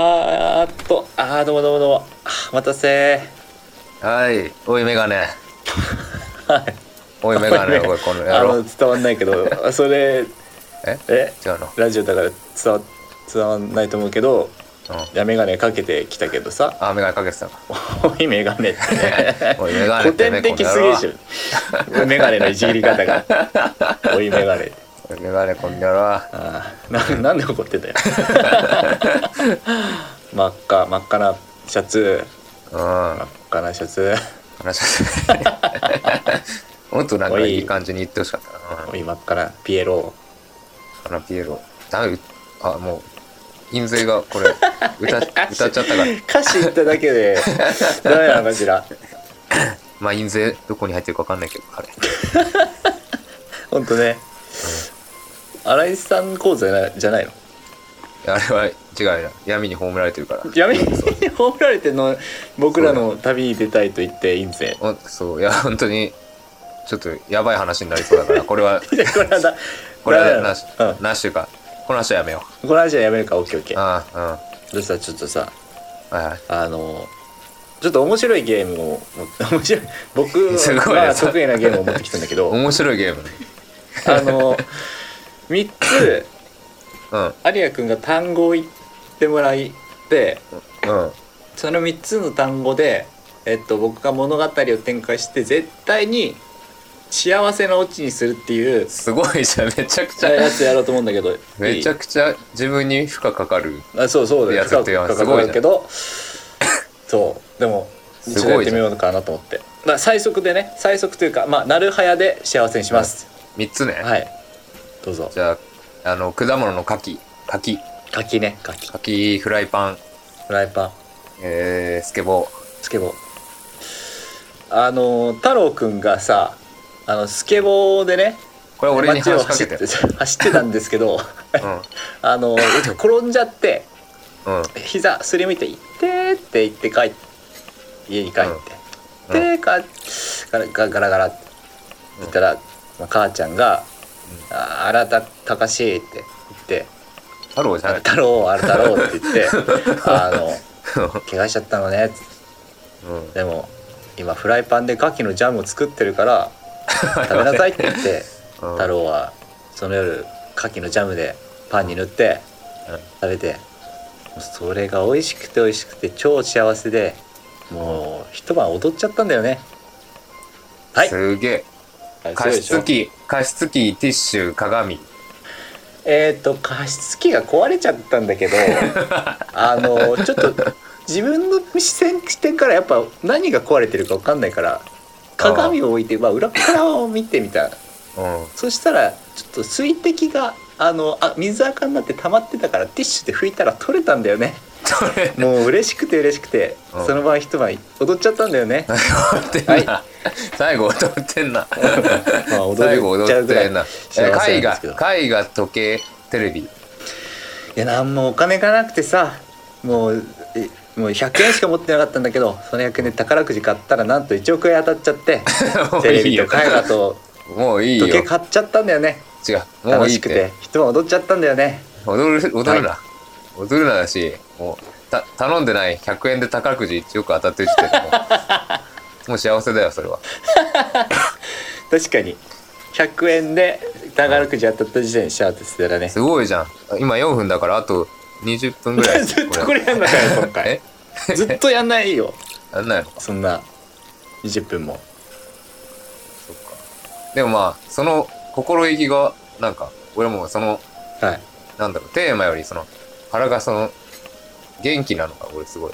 あーっと、あーどうもどうもどうも。あお待たせ。はい、おいメガネ。はい。おいメ ガネ、おいこの野あ郎。の伝わんないけど、あそれ、 ええ違うの。ラジオだから伝わ伝わんないと思うけど、うん。いやメガネかけてきたけどさ、 あ、メガネかけてたの。おいメガネってね。 おいメガネ古って典ね、的このす野ぎで郎しょ。メガネのいじり方 が。おいメガネ。おいメガネ、この野郎。あーななんで怒って たよ。真っ赤、真っ赤なシャツ。うん真っ。赤なシャツ。話しちゃった。 もっとなんかいい感じに言ってほしかったな。うんおい真っ赤なピエロ。このピエロ。ダメ、あ、もう、印税がこれ、 歌っ歌っちゃったから。歌詞言っただけ でダメなのかしらまあ、印税どこに入ってるかわかんないけど、あれ。本当ね新井さん講座じゃないじゃないのあれは違うよな。闇に葬られてるから。闇に葬られてんの僕らの旅に出たいと言っていいんぜおそう、いや、本当に、ちょっとやばい話になりそうだから、これは。いやこれはだこれダメはなのなし、うん、なしというか、この話はやめよこの話はやめるか OKOK う。ああ、そしたらちょっとさうん。はいはい。あのちょっと面白いゲームを持って 面白い僕すごいねは得意なゲームを持ってきたんだけど面白いゲームね。あの3つうん。有也くんが単語を言ってもらってうん。その3つの単語で、えっと、僕が物語を展開して絶対に幸せなオチにするっていうすごいじゃん。めちゃくちゃ、やつやろうと思うんだけどめちゃくちゃ自分に負荷かかる。あそうそうだよやつっていうのは深くすごいかかるけどそうでもすごい一度じゃんやってみようかなと思ってまあ最速でね最速というかまあなるはやで幸せにします三つね。はいどうぞじゃあ、あの、果物の柿。柿。柿ね柿柿、フライパン、フライパンえー、スケボー。スケボーあのー太郎くんがさあのスケボーでねこれ俺に街を話しかけて。走って 走ってたんですけど あの転んじゃってうん。うん。膝すりむいて「いってー」って言って帰って家に帰って「うんでかガラガラガラガラ」って言ったら、まあ母ちゃんが「ああらたたかし」って言って太郎じ「あゃらない。太郎あら太郎」って言って 「あの怪我しちゃったのね」うん。でも今フライパンで牡蠣のジャムを作ってる から食べなさいって言って。うん太。郎はその夜牡蠣のジャムでパンに塗ってうん食べてもうそれが美味しくて美味しくて超幸せでもう一晩踊っちゃったんだよねはいすげえ。加湿器、加湿器、ティッシュ、鏡。えっ、と加湿器が壊れちゃったんだ けどあのちょっと自分の視線視点からやっぱ何が壊れてるか分かんないから鏡を置いて、まあ、裏側を見てみたうん。そしたらちょっと水滴があのあ水垢になって溜まってたからティッシュで拭いたら取れたんだよ ねそれ、もう嬉しくて嬉しくて、うんその晩一晩踊っちゃったんだよね踊ってんな、最後踊ってんな まあ踊っ最後踊ちゃうっぐらいてんな幸せなんで絵す画けど絵画時計テレビいやなんもお金がなくてさもうえもう100円しか持ってなかったんだけどその100円で宝くじ買ったらなんと1億円当たっちゃって も うテレいいビとよ絵画ともういいよ時計違買っちゃったんだよねうも楽ういいしっくてて一晩踊っちゃったんだよね踊る踊るな、は踊るなだしもうた頼んでない100円で宝くじ1億当たってる時点でも うもう幸せだよそれは確かに100円で宝くじ当たった時点で幸せだねすごいじゃん今4分だからあと20分ぐら いずっとこれやんなかよ今回えずっとやんないよやんないのかそんな20分もそっかでもまあその心意気がなんか俺もそのはいなんだろう、テーマよりその、腹がその、元気なのか、俺 すごい。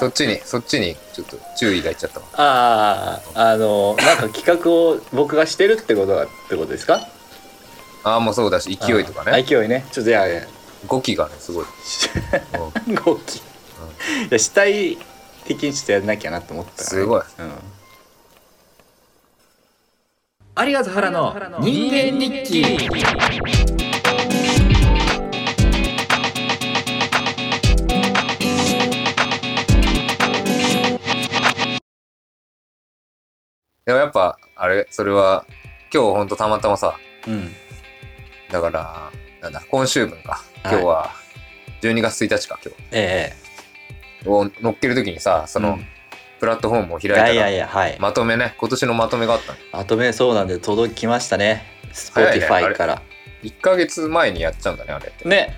そっちに、そっちに、ちょっと注意がいっちゃったわ。あああのなんか企画を僕がしてるってことだってことですかああ、もうそうだし、勢いとかあね。勢いねちょっといやいや 語気がね、すごい。うん動き、いや主体的にちょっとやんなきゃなと思ったからすごいうんありがとう原の人間日記でもやっぱ、あれ、それは、今日ほんとたまたまさ、うんだから、なんだ、今週分か。はい今日は、 12月1日か今え日を乗っける時にさそえの、うんプラットフォームを開いいやたいやいらやはいまとめね今年のまとめがあったのまとめそうなんで届きましたね早いね Spotify から1ヶ月前にやっちゃうんだねあれってね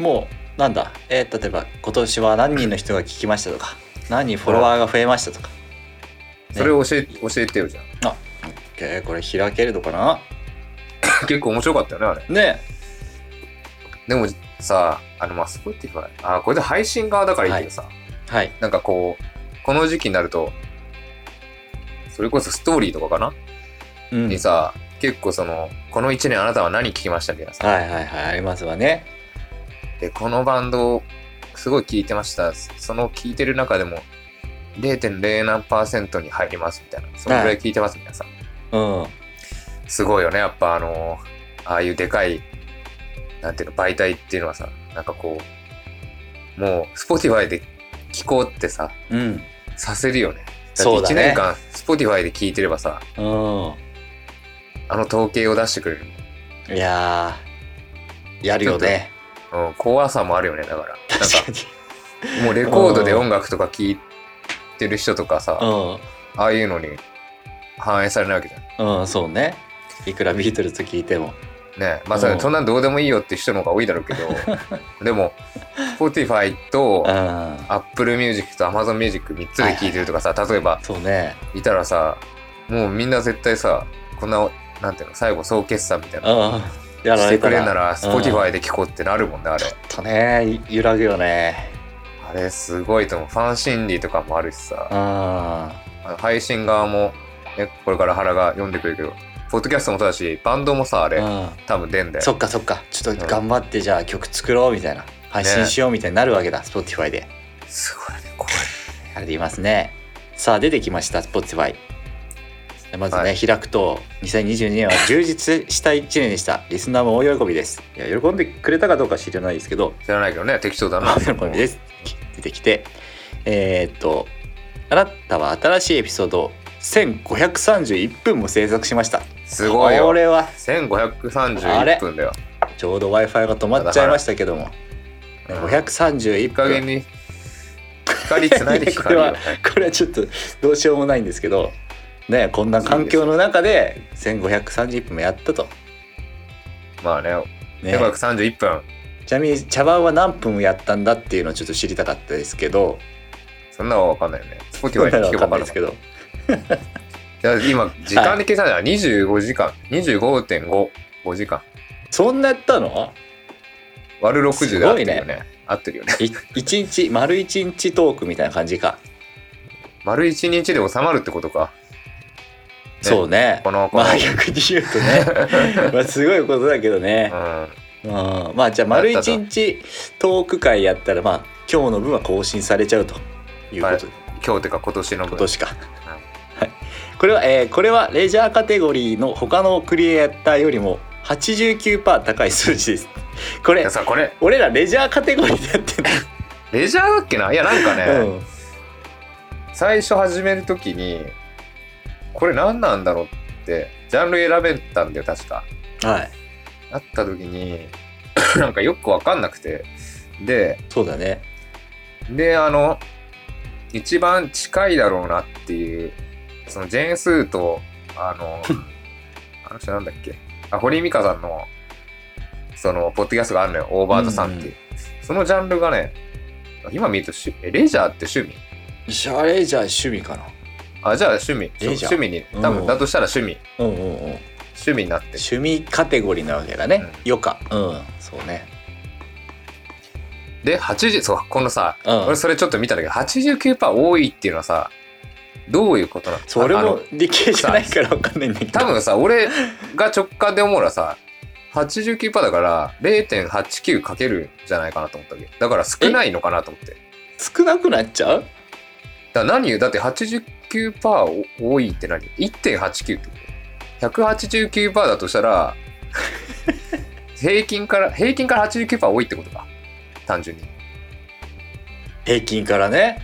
もうなんだえー例えば今年は何人の人が聞きましたとか何人フォロワーが増えましたとかそれを教え教えてよじゃんえーこれ開けるのかな結構面白かったよねあれねでもさあのまあ Spotify あこれで配信側だからいいけどさ、はいなんかこうこの時期になるとそれこそストーリーとかかな、うんにさ結構そのこの1年あなたは何聞きましたみたいなさ、はいはいはいありますわねでこのバンドをすごい聞いてましたその聞いてる中でも0.0何パーセントに入りますみたいなそのぐらい聞いてますみたいなさ、うんすごいよねやっぱあのああいうでかいなんていうの媒体っていうのはさなんかこうもう Spotify で聞こうってさうんさせるよねそうだ1ね年間 Spotify で聞いてればさうあの統計を出してくれる、んいやーやるよねうん、怖さもあるよねだからなん確かにかもうレコードで音楽とか聞いてる人とかさ、ああいうのに反映されないわけじゃんうんうんそうねいくらビートルズ聞いてもねまさうんにそんなんどうでもいいよって人の方が多いだろうけど でも Spotify とうんアップルミュージックとアマゾンミュージック3つで聴いてるとかさ、例えばそうねいたらさもうみんな絶対さこんななんていうの最後総決算みたいうんなやられしてたくれんならうん Spotify で聴こうってなるもんねあれちょっとね揺らぐよねあれすごいと思うファン心理とかもあるしうさんあの配信側も、ね、これから原が読んでくれるけどポッドキャストもそうだしバンドもさあれうん多分出んだよそっかそっかちょっと頑張ってじゃあ曲作ろうみたいな配信しようみたいになるわけだ Spotify ですごいねこあれでいますねさあ出てきました Spotify まずね、は開くと2022年は充実した1年でしたリスナーも大喜びですいや喜んでくれたかどうか知らないですけどれ知らないけどね適 当だな喜びです出てきてえーっとあなたは新しいエピソードを1531分も制作しましたすごいよこれはあれ1531分だよちょうど Wi-Fi が止まっちゃいましたけども、ね531いい加減分。に光つないで光るよ、ね、これはちょっとどうしようもないんですけど、ね、こんな環境の中で1531分もやったと。まあねね、 1531分ちなみに茶番は何分やったんだっていうのをちょっと知りたかったですけど、そんなのわかんないよね Spotify 今になら聞け分かばんない分でかするけど、今時間で計算だよ25時間25.55時間そんなやったの割る60で合ってるよすごいね合ってるよねい一日、丸一日トークみたいな感じか。丸1日で収まるってことかそうね。このこの、まあ逆に言うと ね、まあすごいことだけどね。うんうんまあじゃあ丸やった一と日トーク会やったらまあ今日の分は更新されちゃうということで、今日てか今年の分今年か、はい、 これは、えーこれはレジャーカテゴリーの他のクリエイターよりも89%高い数字ですこいれやさこれ俺らレジャーカテゴリーでやってんだレジャーだっけないやなんかね、うん最初始めるときにこれ何なんだろうってジャンル選べたんだよ確かはいなった時に なんかよくわかんなくてでそうだねであの一番近いだろうなっていうそのジェーン・スーと あのあの人なんだっけあ堀井美香さんのそのポッドキャストがあるのよオーバーザさんっていう、そのジャンルがね今見るとしえレジャーって趣味シャーレジャー趣味かあじゃあ趣味レジャー趣味に多うん分だとしたら趣味、なうんうんうん趣味になってる趣味カテゴリーなわけだね、うん余暇うんそうねで8時そうこのさ、うん俺それちょっと見たんだけど89%多いっていうのはさどういうことなのそれあもの理系じゃないからわかんないんだけど多分さ俺が直感で思うのはさ89%だから0.89かけるじゃないかなと思ったわけだから少ないのかなと思って少なくなっちゃうだから何だって89%お多いって何 ?1.89 ってこと189%だとした ら平均から平均から89%多いってことか単純に平均からね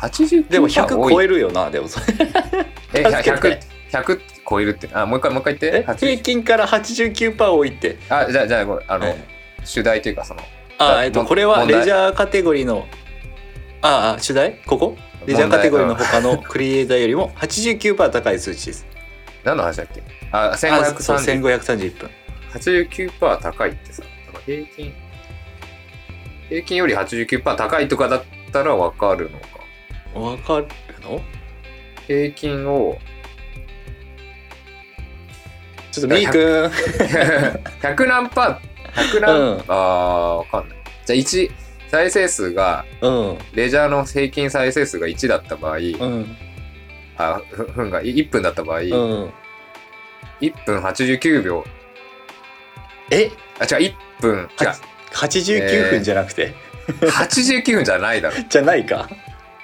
89%でも100超ええるよなでもそれえ助けて100 100超えるってあもう一回もう一回言って平80均から89%多いってあじゃあじゃあごめんあの、はい主題というかそのあーえっともこれは問題レジャーカテゴリーのあーあ主題ここレジャーカテゴリーの他のクリエイターよりも89%高い数値です。何の話だっけあ、あそう1530。 1530分。 89%高いってさ、だから平均、平均より89%高いとかだったらわかるのか。わかるの平均を、 ちょっとみーくん。 100何パー、100何、うんあー、わかんない。じゃあ1、再生数が、うんレジャーの平均再生数が1だった場合、うんあ、ふふんが1分だった場合、うん。 1分89秒、えあ、違う、1分、違う、 89分じゃなくて、 89分じゃないだろ。じゃないか。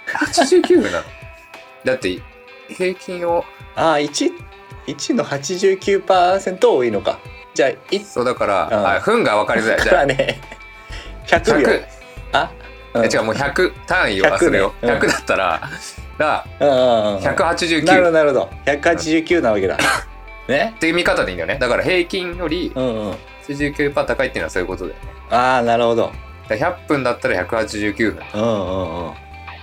89分なのだって、平均を、ああ1 1の89%多いのか。じゃあ1そうだから、うんあ、分が分かりづらい。じかゃらね100秒。 100、あ、うん、え違う、もう100単位を100ね忘れよ。うん100だったら、だうんうんうんなからるほど189っなるほど189なわけ だねていう見方でいいんだよね。だから平均よりうんうん89%高いっていうのはそういうことだよね。ああなるほどだから100分だったら189分。うんうんうん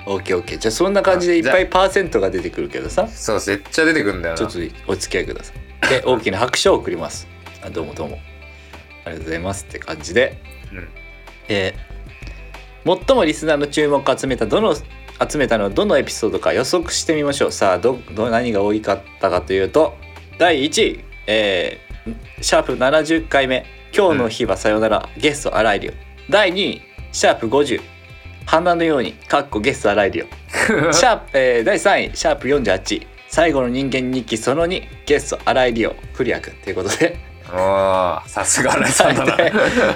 オッケーオッケーじゃあそんな感じでいっぱいパーセントが出てくるけどさそう、めっちゃ出てくるんだよな。ちょ っとお付き合いくださいで大きな拍手を送りますあどうもどうもありがとうございますって感じで、うんえー最もリスナーの注目を集めたどの集めたのはどのエピソードか予測してみましょうさあどど何が多かったかというと第1位、えーシャープ70回目「今日の日はさよなら、ゲスト荒井亮」第2位シャープ50「花のように」かっこゲスト荒井亮 シャープ、えー第3位シャープ48最後の人間日記その2ゲスト荒井理央クリア君ということ でああ、さすが荒井さんだな。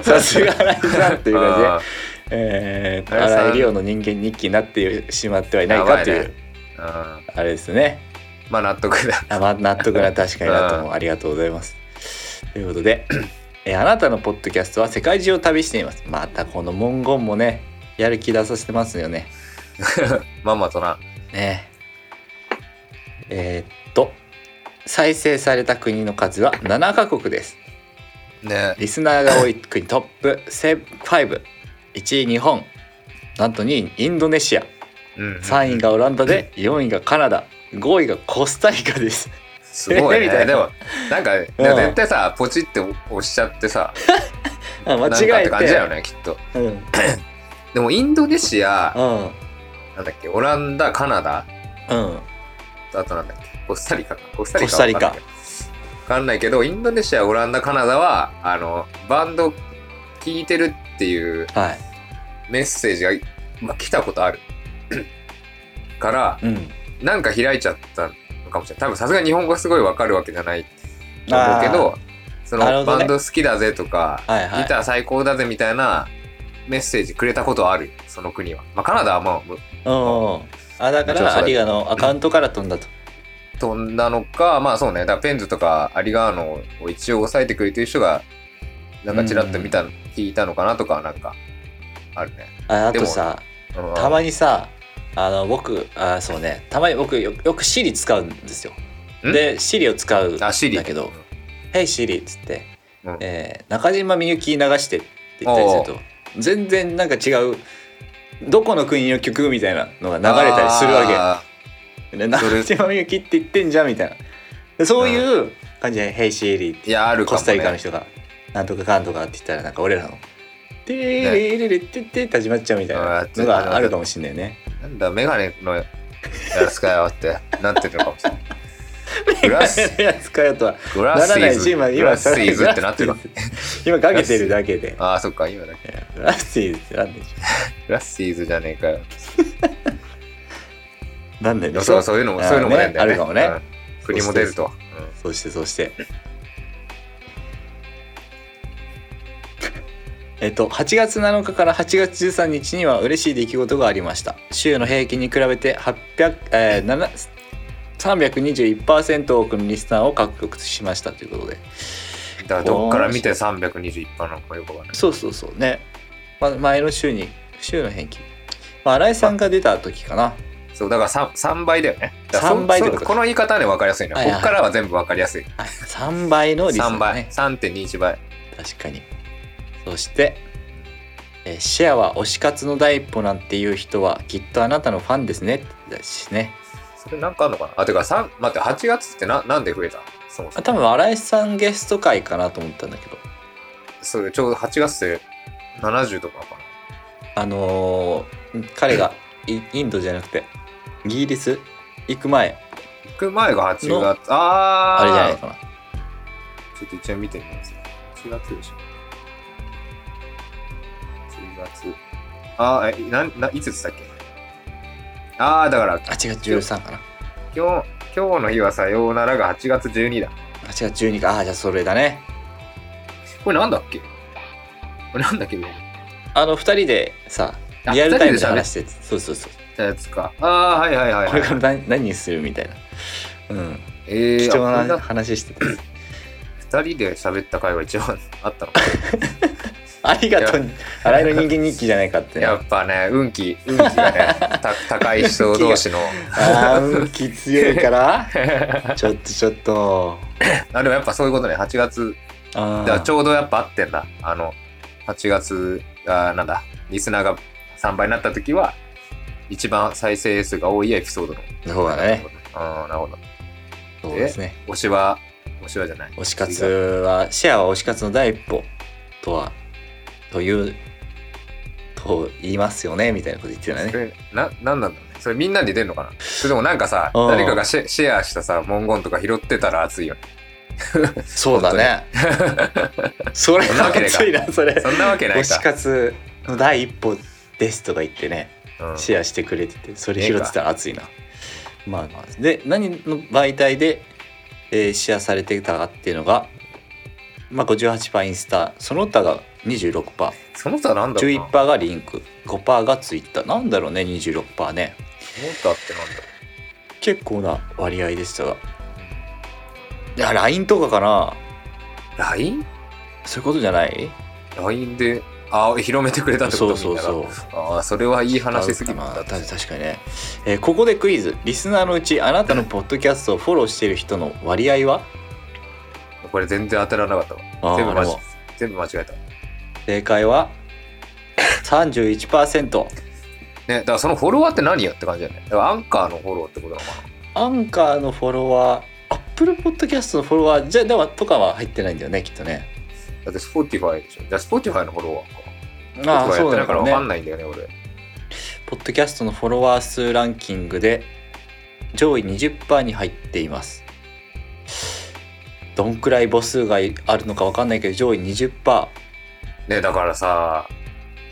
さすが荒井さんという感あ じで、えー荒井さん荒井理央の人間日記になってしまってはいないかといやばういーうんあれですねまあ納得だ。あまあ納得な確かになと思ううありがとうございますということで、 えーあなたのポッドキャストは世界中を旅していますまたこの文言もねやる気出させてますよねまんまとな。ねええーっと再生された国の数は7カ国ですねリスナーが多い国トップ51位日本なんと2位インドネシアうん。 3位がオランダで4位がカナダ5位がコスタリカですすご いみたね。いなでも、なんか、でも絶対さ、ポチって押しちゃってさ、あ間 なんかっ違えてて感じだよね、きっと。うんうんでも、インドネシア、うなんだっけ、オランダ、カナダ、んあとなんだっけ、コスタリカか。コスタリカコスタリカわかんないけど、わかんないけどインドネシア、オランダ、カナダは、あの、バンド聴いてるっていうはいメッセージが、まあ、来たことある。 から、うんなんか開いちゃったのかもしれない。多分さすがに日本語すごいわかるわけじゃないと思うけど、そなるほのどねバンド好きだぜとか、はいはギタいー最高だぜみたいなメッセージくれたことはあるよその国は。まあ、カナダはまあむうんうんあだかもちろんらそうだアリガのアカウントから飛んだと飛んだのか、まあそうね、だからペンズとかアリガーノを一応抑えてくれてる人が、なんかちらっと見た、聞いたのかなとかはなんか、あるね。ああでともさうんたまにさあの僕あそうねたまに僕よよく Siri 使うんですよんで Siri を使うんあ、シリだけど「Hey Siri」っつって、うんえー中島みゆき流して」って言ったりすると全然なんか違うどこの国の曲みたいなのが流れたりするわわけ、ね、そ中れ島みゆきって言ってんじゃんみたいなでそういう感じで「Hey Siri」っていや、あるかコも、ね。スタリカの人が「なんとかかんとか」って言ったらなんか俺らの「てれれれってって」って始まっちゃうみたいなのがあるかもしんないね。なんだ、メガネのやつかよってなってるのかも しれない。グラス、いや使うとはグなラスらイないーズ、し今グ今ラそスれイーズってなってるかも。 今かけてるだけでああ、そっか、今だけ。いやグラスイーズってなんでしょグラスイーズじゃねえかよ。うなんでででもしょそううそういうのも、そういうのもねあるかもねうん国も出ると。うんそしてそして えっと8月7日から8月13日には嬉しい出来事がありました週の平均に比べて800、えー、7 321%多くのリスナーを獲得しましたということでだからどっから見て321番なのかよくわかんない。そうそうそうね、ま、前の週に週の平均、まあ、新井さんが出た時かなそうだから 3, 3倍だよね。だからそ3倍ってことそこの言い方はね分かりやすいね。はいはいこっからは全部分かりやすい。はい3倍のリスナ3ー倍。ね3.21倍。確かにそしてえーシェアは推し活の第一歩なんていう人はきっとあなたのファンですねだしねそれなんかあんのかなあ、てかさん待って、8月ってななんで増えたそもそあも。多分新井さんゲスト会かなと思ったんだけどそれちょうど8月で70とかかあのー彼がイインドじゃなくてイギリス行く前な。行く前が8の月。あーあれじゃないかなちょっと一応見てみます。8月でしょ。8月。あー、え、なん、ないつつだっけあー、だから、あ違う13かな今日、今日の日はさようならが8月12だ。あ違う12かあーじゃあそれだねこれなんだっけこれなんだっけどあの2人でさあリアルタイム二人でで喋っ話してそうそうそうたやつか。あー、はいはいはい、これはかい。ら何何にするみたいなうんえ貴ー、重あこんなな話してた二人で喋った回は一番あったの ありがとう新井の人間日記じゃないかってね やっぱね運気運気が ねた高い人同 士のあー運気強いから ちょっとちょっとあでもやっぱそういうことね8月あだからーちょうどやっぱ合ってんだあの8月がなんだリスナーが3倍になった時は一番再生数が多いエピソードのそうだねああなるほどそうですね推しは推しはじゃない推し活はシェアは推し活の第一歩とはというと言いますよねみたいなこと言ってたそねれななんなんだろうねそれみんなで出んのかなそれでもなんかさうん誰かがシェシェアしたさ文言とか拾ってたら熱いよねそうだね それそんなわけねえか熱いなそれそんなわけな推いかし活の第一歩ですとか言ってねうんシェアしてくれててそれ拾ってたら熱いなまあまあで何の媒体で、えーシェアされてたかっていうのがまあ58%インスタその他が26%その他なんだろうな11%がリンク5%がツイッターなんだろうね26%ねモンタってなんだ結構な割合でしたがいや LINE とかかな LINE?LINE そういうことじゃないで、あ広めてくれたってこそとうそうそうう。ああ、それはいい話すぎまあた。た確かにね、えーここでクイズリスナーのうちあなたのポッドキャストをフォローしている人の割合はこれ全然当たらなかったあわ。ー全部間で違も全部間違えた。ね、正解 は31%だからそのフォロワーって何よって感じだよね。だからアンカーのフォローってことなのかアンカーのフォロワーアップルポッドキャストのフォロワーじゃではとかは入ってないんだよねきっとねな。だって Spotify でしょ。じゃあ Spotify のフォロワーか。ああ Spotify やそっうだてないからろうわねかんないんだよね、俺。ポッドキャストのフォロワー数ランキングで上位20%に入っていますどんくらい母数があるのかわかんないけど上位20%ね、だからさ、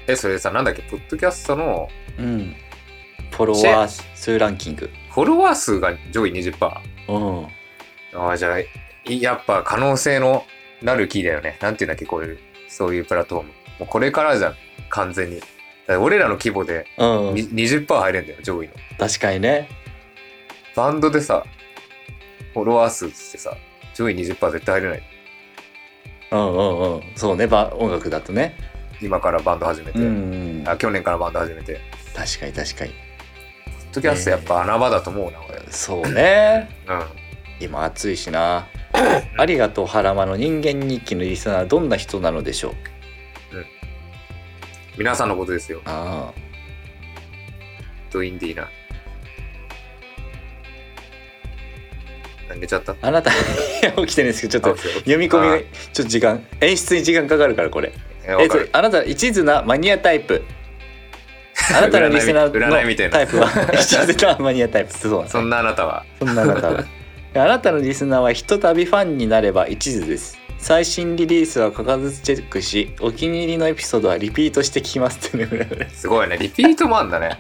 え、それさ、なんだっけ、ポッドキャストのうんフォロワー数ランキングフォロワー数が上位20%。あうんあ、じゃあ、いやっぱ可能性のなるキーだよね。なんていうんだっけ、こういう、そういうプラットフォーム。もうこれからじゃん、完全に。だから俺らの規模でうにん20%入れんだよ、上位の。確かにねバンドでさ、フォロワー数ってさ、上位20%絶対入れない。うんうんうんそうねば音楽だとね今からバンド始めて、うんうんあ、去年からバンド始めて。確かに確かにポッドキャストやっぱ穴場だと思うな、俺。そうね うん。今暑いしなありがとうハラマの人間日記のリスナーはどんな人なのでしょう皆さんのことですよ。ああドインディーな。あ寝ちゃったあなたいや起きてるんですけどちょっと読み込みがちょっと時間演出に時間かかるからこれええわっかとる。あなた一途なマニアタイプあなたのリスナーの 占い占いみたいなタイ プは一途なマニアタイプそうなんですそんなあなたは。そんなあなたは あなたのリスナーはひとたびファンになれば一途です最新リリースは欠かずチェックしお気に入りのエピソードはリピートして聞きますって ねすごいね。リピートもあんだね。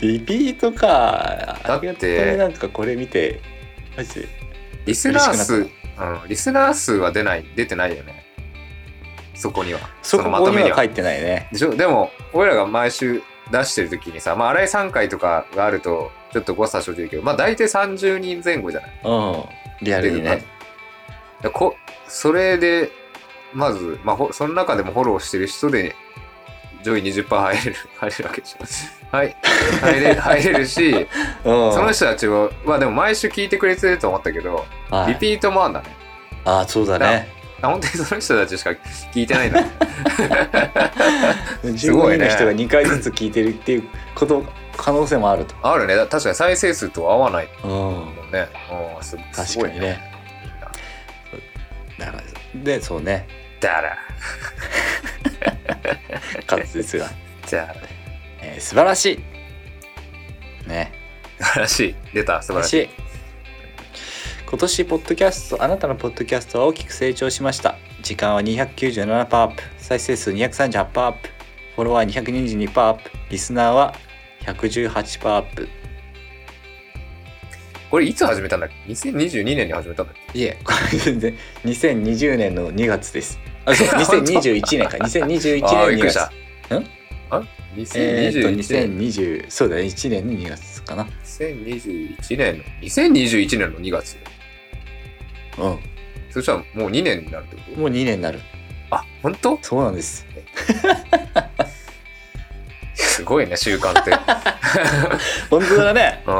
リピートかだあってりがとうねなんかこれ見てマジでリスナー数、う嬉しん、リスナー数は出ない、出てないよね。そこには。そこのこまことにめには書は。いてないねでしょでも、俺らが毎週出してる時にさ、まあ、荒井3回とかがあると、ちょっと誤差生じるけど、まあ、大体30人前後じゃない。うんリアルにねでこそれで、まず、まあ、ほその中でもフォローしてる人で、上位20%入れる、 入れるわけでしょ。はい。入れ、入れるし、うんその人たちは、まあでも毎週聞いてくれてると思ったけど、はいリピートもあんだね。ああそうだねあ本当にその人たちしか聞いてないんだすご15い人ねの人が2回ずつ聞いてるっていうこと可能性もあると、 あるねだ確かに再生数とは合わないうん、もんね、うん、す確すごかいにねだからでそうねだら滑舌が、じゃあえー素晴らしいね素晴らしい出た素素晴晴ららししいい今年ポッドキャストあなたのポッドキャストは大きく成長しました時間は297%アップ再生数238%アップフォロワー222%アップリスナーは118%アップこれいつ始めたんだっけ2022年に始めたんだっけいえこれ全然2020年の2月ですあ そう2021年か2021あーび年2っくり月したんあえーっと2021年、 2020そうだね1年の2月かな2021年の2021年の2月うんそしたらもう2年になるってこともう2年になるあ本当 そうなんですすごいね習慣って 本当だねう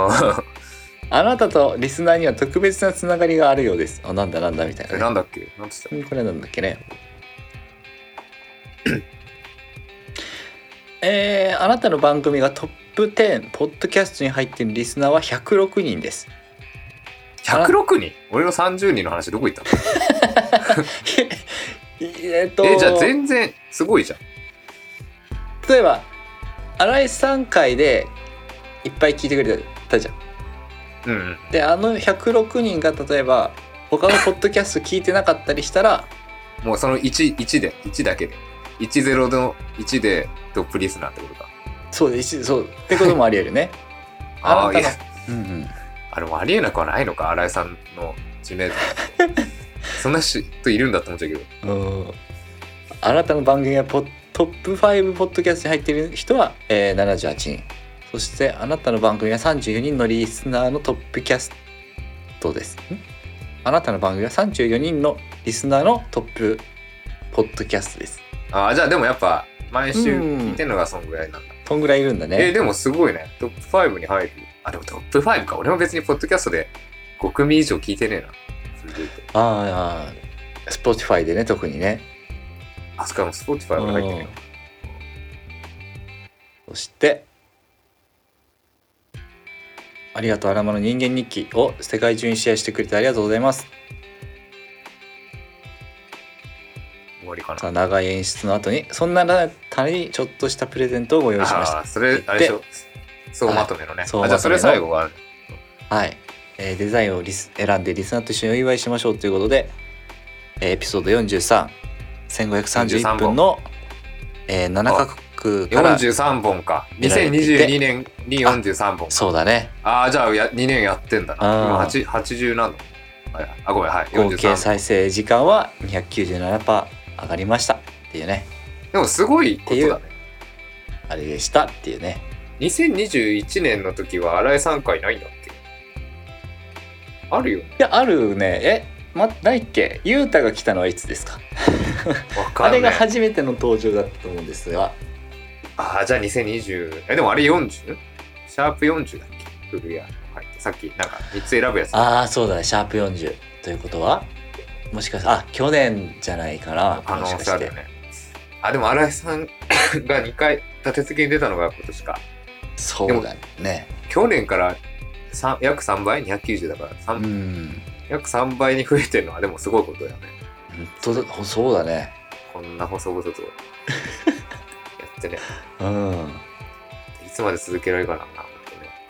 あなたとリスナーには特別なつながりがあるようです。あ、なんだなんだみたいんな、えなね。んだっけなんつったうんこれなんだっけね。えー、あなたの番組がトップ10、ポッドキャストに入っているリスナーは106人です。 106人俺の30人の話どこ行ったのえっと、えじゃあ全然すごいじゃん例えば、新井3回でいっぱい聞いてくれたじゃん。うんうんで、あの106人が例えば、他のポッドキャスト聞いてなかったりしたら、もうその1、1で、1だけで。10の1でトップリスナーってことか。そうです、そう、ってこともあり得るね。ああ あ、ないたやの、うんうんあれもありえなくはないのか、新井さんの知 名度。そんな人いるんだと思っちゃうけど。うんあなたの番組がポットップ5ポッドキャストに入っている人は、えー78人そしてあなたの番組が34人のリスナーのトップキャストですんあなたの番組が34人のリスナーのトップポッドキャストですああ、じゃあでもやっぱ、毎週聞いてるのがそんぐらいなんだ。そんぐらいいるんだえーねでもすごいね。トップ5に入る。あ、でもトップ5か。俺も別にポッドキャストで5組以上聞いてねえな。それで言うと。ああ Spotify でね特にねあ、そっか、もう Spotify も入ってるよ。そして「ありがとうアラマの人間日記」を世界中にシェアしてくれてありがとうございます終わりかな。さあ長い演出の後にそんなためにちょっとしたプレゼントをご用意しましああー、それ、あれでしょ。そうまとめのね。あ、じゃあそれ最後は、たはい、えーデザインをリス選んでリスナーと一緒にお祝いしましょうということで、えーエピソード431,531分の、えー、7カ国から43本か見られていて2022年に43本そうだねああーじゃあや2年やってんだなあー今8 80なのはいあごめんはい合計43再生時間は297%上がりましたっていうねでもすごいことだねあれでしたっていうね2021年の時は新井さん回ないんだっけあるよねいやあるねえまないっけゆうたが来たのはいつですかわかあれるねが初めての登場だったと思うんですがああじゃあ2020えでもあれ 40? シャープ40だっけ古谷入ってさっきなんか3つ選ぶやつわああそうだねシャープ40ということはもしかしてあ去年じゃないかな可もし能か性あしるよてねあでも新井さんが2回立て続けに出たのが今年かそうだね去年からさん約3倍290だから、さうんん約3倍に増えてるのはでもすごいことだよねほんとだそうだねこんな細々とやってねうんいつまで続けられるかななんかね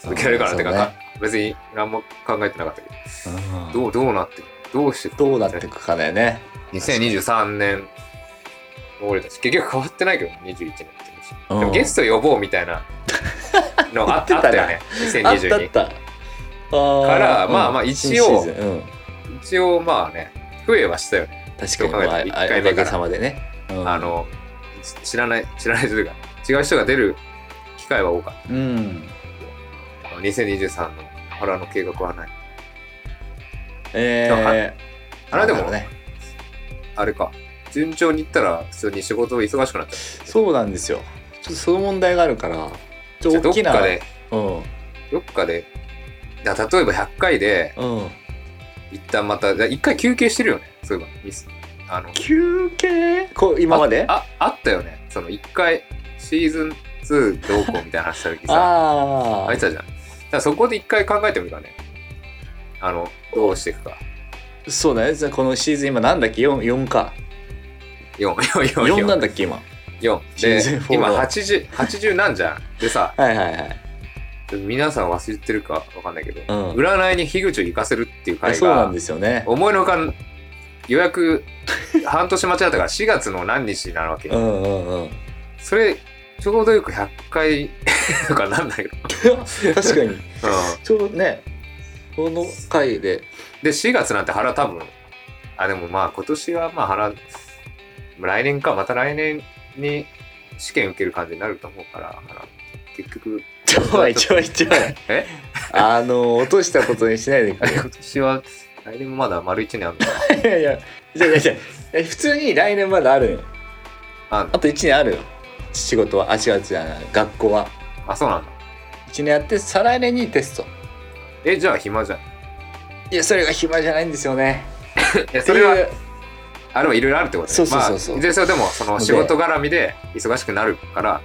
続けられるかなってか、そうね別に何も考えてなかったけうんどどうどうなってどうしてどうなっていくかだよね2023年俺たち結局変わってないけど21年ってうでんもゲスト呼ぼうみたいなのああっ 言たってたねよねあったあっ2022たからあーまあまあうん一新応シーズンうん一応まあね増えはしたよね確かに、そう考えたらまあ、あ一回おか目からげさまでね、うんあのし知らない知らない人というか違う人が出る機会は多かっうんた2023の原の計画はないえー、あれでもなんだろうねあれか順調にいったら普通に仕事忙しくなっちゃそうなんですよちょっとその問題があるからちうょじっゃとあど大っきなかでうんどっかでじゃあ例えば100回でうん一旦またじゃあ一回休憩してるよねそういえばあの休憩こう今までああああったよねその1回シーズン2どうこうみたいな話した時さ ああいつたじゃんだからそこで1回考えてみたねあのどうしていくかそうだねじゃあこのシーズン今なんだっけ 4, 四か4 4444なんだっけ今4シーでズンフォー今は80 80なんじゃんでさはいはいはい皆さん忘れてるかわかんないけど、うん占いに樋口を行かせるっていうあ回そうなんがですよね思いのほか予約半年間違ったから4月の何日になるわけ、うんうんうんそれちょうどよく100回 とかなんだけど、う確んかにちょうどねこの回でで4月なんて原多分あでもまあ今年はまあ原来年かまた来年に試験受ける感じになると思うから原結局ちょいちょい ちょいえ あの落としたことにし ないでくれ今年は来年もまだ丸1年あるのかいやいやじゃあじゃあじゃあ普通に来年まだあるのよあんのあと1年あるよ仕事はあ違う違う学校はあそうなんだ1年やって再来年にテストえじゃあ暇じゃんいやそれが暇じゃないんですよねえそれはっていうあれもいろいろあるってことねそうそうそうそうまあ、いずれにせよでもその仕事絡みで忙しくなるから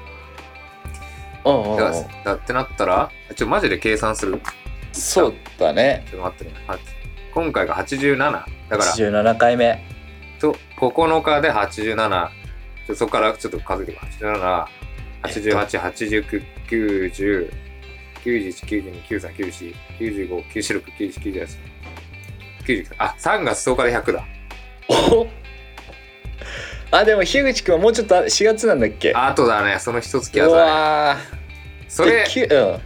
うんうんうんだだってなったらちょっとマジで計算するそうだねちょっと待ってねはち今回が87だから17回目と9日で87ちょそこからちょっと数えてみます8788899091 91 92 93 94 95 96 97 98 99あ3月10日で100だおあでも樋口くんはもうちょっとあ4月なんだっけあとだねその一月うはだねわそれーでうん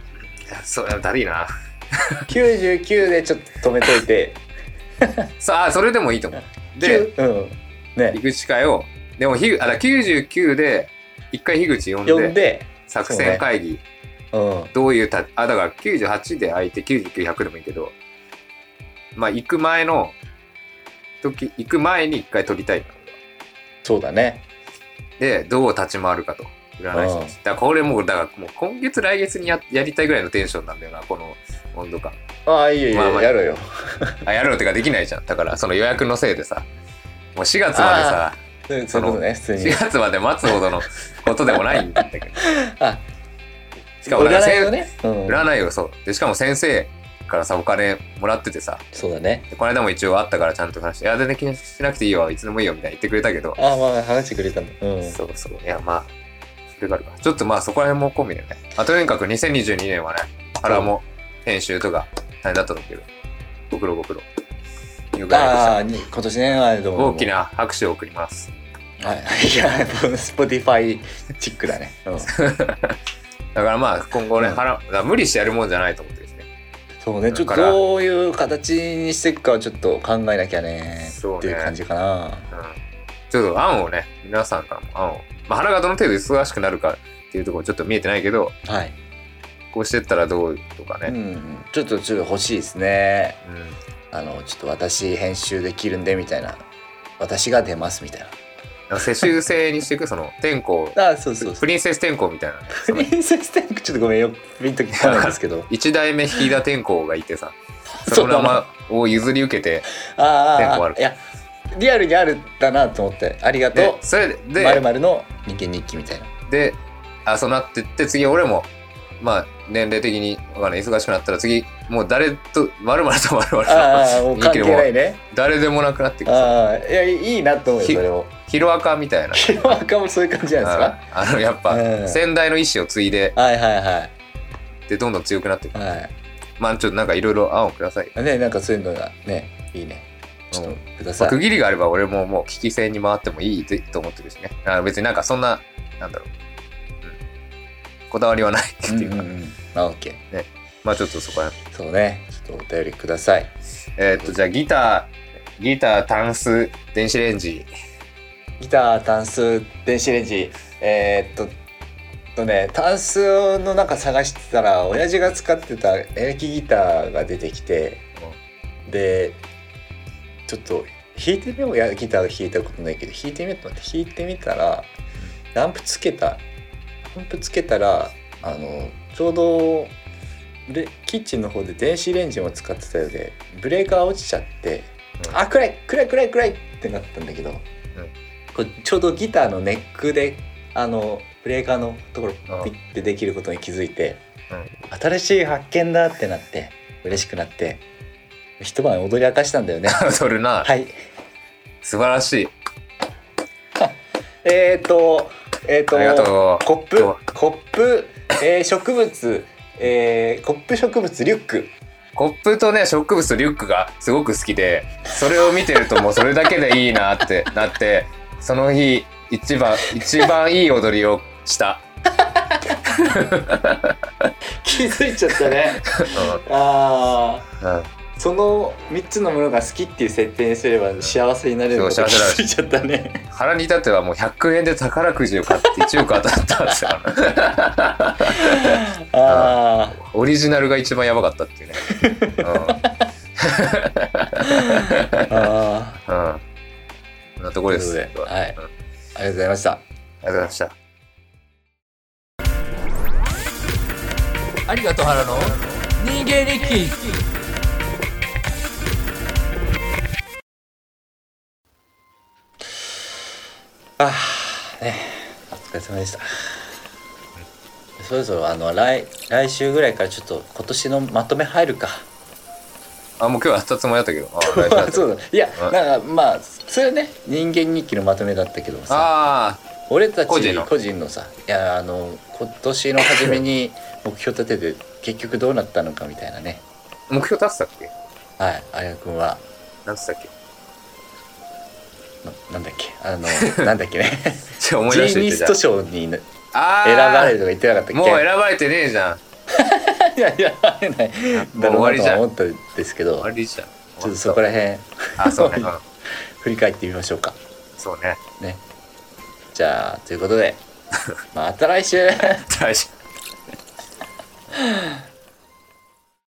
それだるいな99でちょっと止めといてさあそれでもいいと思うででうんね行く会をでもひぐあだ99で一回樋口呼んで呼んで作戦会議、うんどういうたあだから98で相手99100でもいいけどまあ行く前の時行く前に一回取りたいそうだねでどう立ち回るかと占い師たちだからこれもうだからもう今月来月にややりたいぐらいのテンションなんだよなこの温度感ああいいよいいよ、まあまあやろうよあやろうってかできないじゃんだからその予約のせいでさもう4月までさうんそういうことね普通4に月まで待つほどのことでもないんだけどあ しかもだから占いをね、うん、占いをそうでしかも先生からさお金もらっててさそうだねでこの間も一応あったからちゃんと話して「いや全然気にしなくていいよいつでもいいよ」みたいな言ってくれたけど、ああまあ話してくれたのうんそうそういやまあそれがあるかちょっとまあそこら辺も込みでね、まあ、とにかく2022年はね原も編集とか大変だったと思うけどご苦労ご苦労いうぐらいでしたああに今年ねあれどうも大きな拍手を送りますはいいやスポティファイチックだね、うん、だからまあ今後ね、うん原だから無理してやるもんじゃないと思ってですねそうねちょっとだからどういう形にしていくかはちょっと考えなきゃねそうねっていう感じかなうんちょっと案をね皆さんからも案を、まあ、原がどの程度忙しくなるかっていうところちょっと見えてないけどはい、こうしてったらどうとかうね、ん、ちょっとちょっと欲しいですねうんあのちょっと私編集できるんでみたいな私が出ますみたい世襲制にしていくその天候なあそうそうプリンセス天候みたいなプリンセステンクちょっとごめんよピンときたないんですけ ど一代目引田天候がい てさそそうのだ名な前を譲り受けてテンあーポああるーいやリアルにあるんだなと思ってありがでとそれうまるでまるの人間日記みたいなであそうなってって次俺もまあ年齢的にわかんない忙しくなったら次もう誰と丸々と丸々ああもう関係ないねと誰でもなくなってくるああいやいいなと思うよひそれをヒロアカみたいなヒロアカもそういう感じじゃないであのやっうぱん先代の意志を継いですかはいはいはでどんどん強くなってくるいはまあちょっとなんかいろいろ案をくださいいねなんかそういうのがねいいねちょっとくだまさあい、区切りがあれば俺ももう危機戦に回ってもいいぜと思ってるしねあ別になんかそんななんだろう、うん、こだわりはないってうんいううか、んうんあオッケまあちょっとそこら辺ーそうねちょっとお便りくださいえーっとじゃあギターギタータンス電子レンジ ギタータンス電子レンジえーっととねタンスの中探してたら親父が使ってたエレキギターが出てきて、でちょっと弾いてみよういやギター弾いたことないけど弾いてみようと思って弾いてみたらランプつけたランプつけたらあのちょうどレキッチンの方で電子レンジも使ってたようでブレーカー落ちちゃって「うんあ暗い暗い暗い暗い」ってなったんだけど、こうちょうどギターのネックであのブレーカーのところうんピッてできることに気づいて、新しい発見だってなって嬉しくなって一晩踊り明かしたんだよねそれな、はい素晴らしい。えっ、ー、とえっ、ありがととう。コップコップ、えー植物、えーコップ植物リュックコップとね植物とリュックがすごく好きでそれを見てるともうそれだけでいいなって なってその日一番一番いい踊りをした、気づいちゃった ねうああんうん、その3つのものが好きっていう設定にすれば幸せになれることそうに気幸づせいちゃったね腹に至ってはもう100円で宝くじを買って1億当たったんですよあオリジナルが一番やばかったっていうね、ーあうんうん、そんなとこーといろでうことすで、ありはい、ありがとうございましたがとうございましたありがとう原の人間日記ああねお疲れ様でしたそろそろあの来来週ぐらいからちょっと今年のまとめ入るかあもう今日は当たつもりだったけどあ大丈夫だっ たそうだいやうんなんかまあそれはね人間日記のまとめだったけどもさあ俺たち個個人人ののさいやあの今年の初めに目標立てて結局どうなったのかみたいなねー目標立ってたっけはい綾くんは何つったっけななんだっけあの なんだっけねち ょ思いジ出してーニみてスト賞に選あーばれるとか言ってなかったっけもう選ばれてねえじゃん。い やいや選ばれないだもろう終わうりなじとゃんは思ったんですけど終わりじゃん。ちょっとそこら辺あ、そうね。うん 振り返ってみましょうかそう ね。ねじ ゃあということでまた来週大丈夫。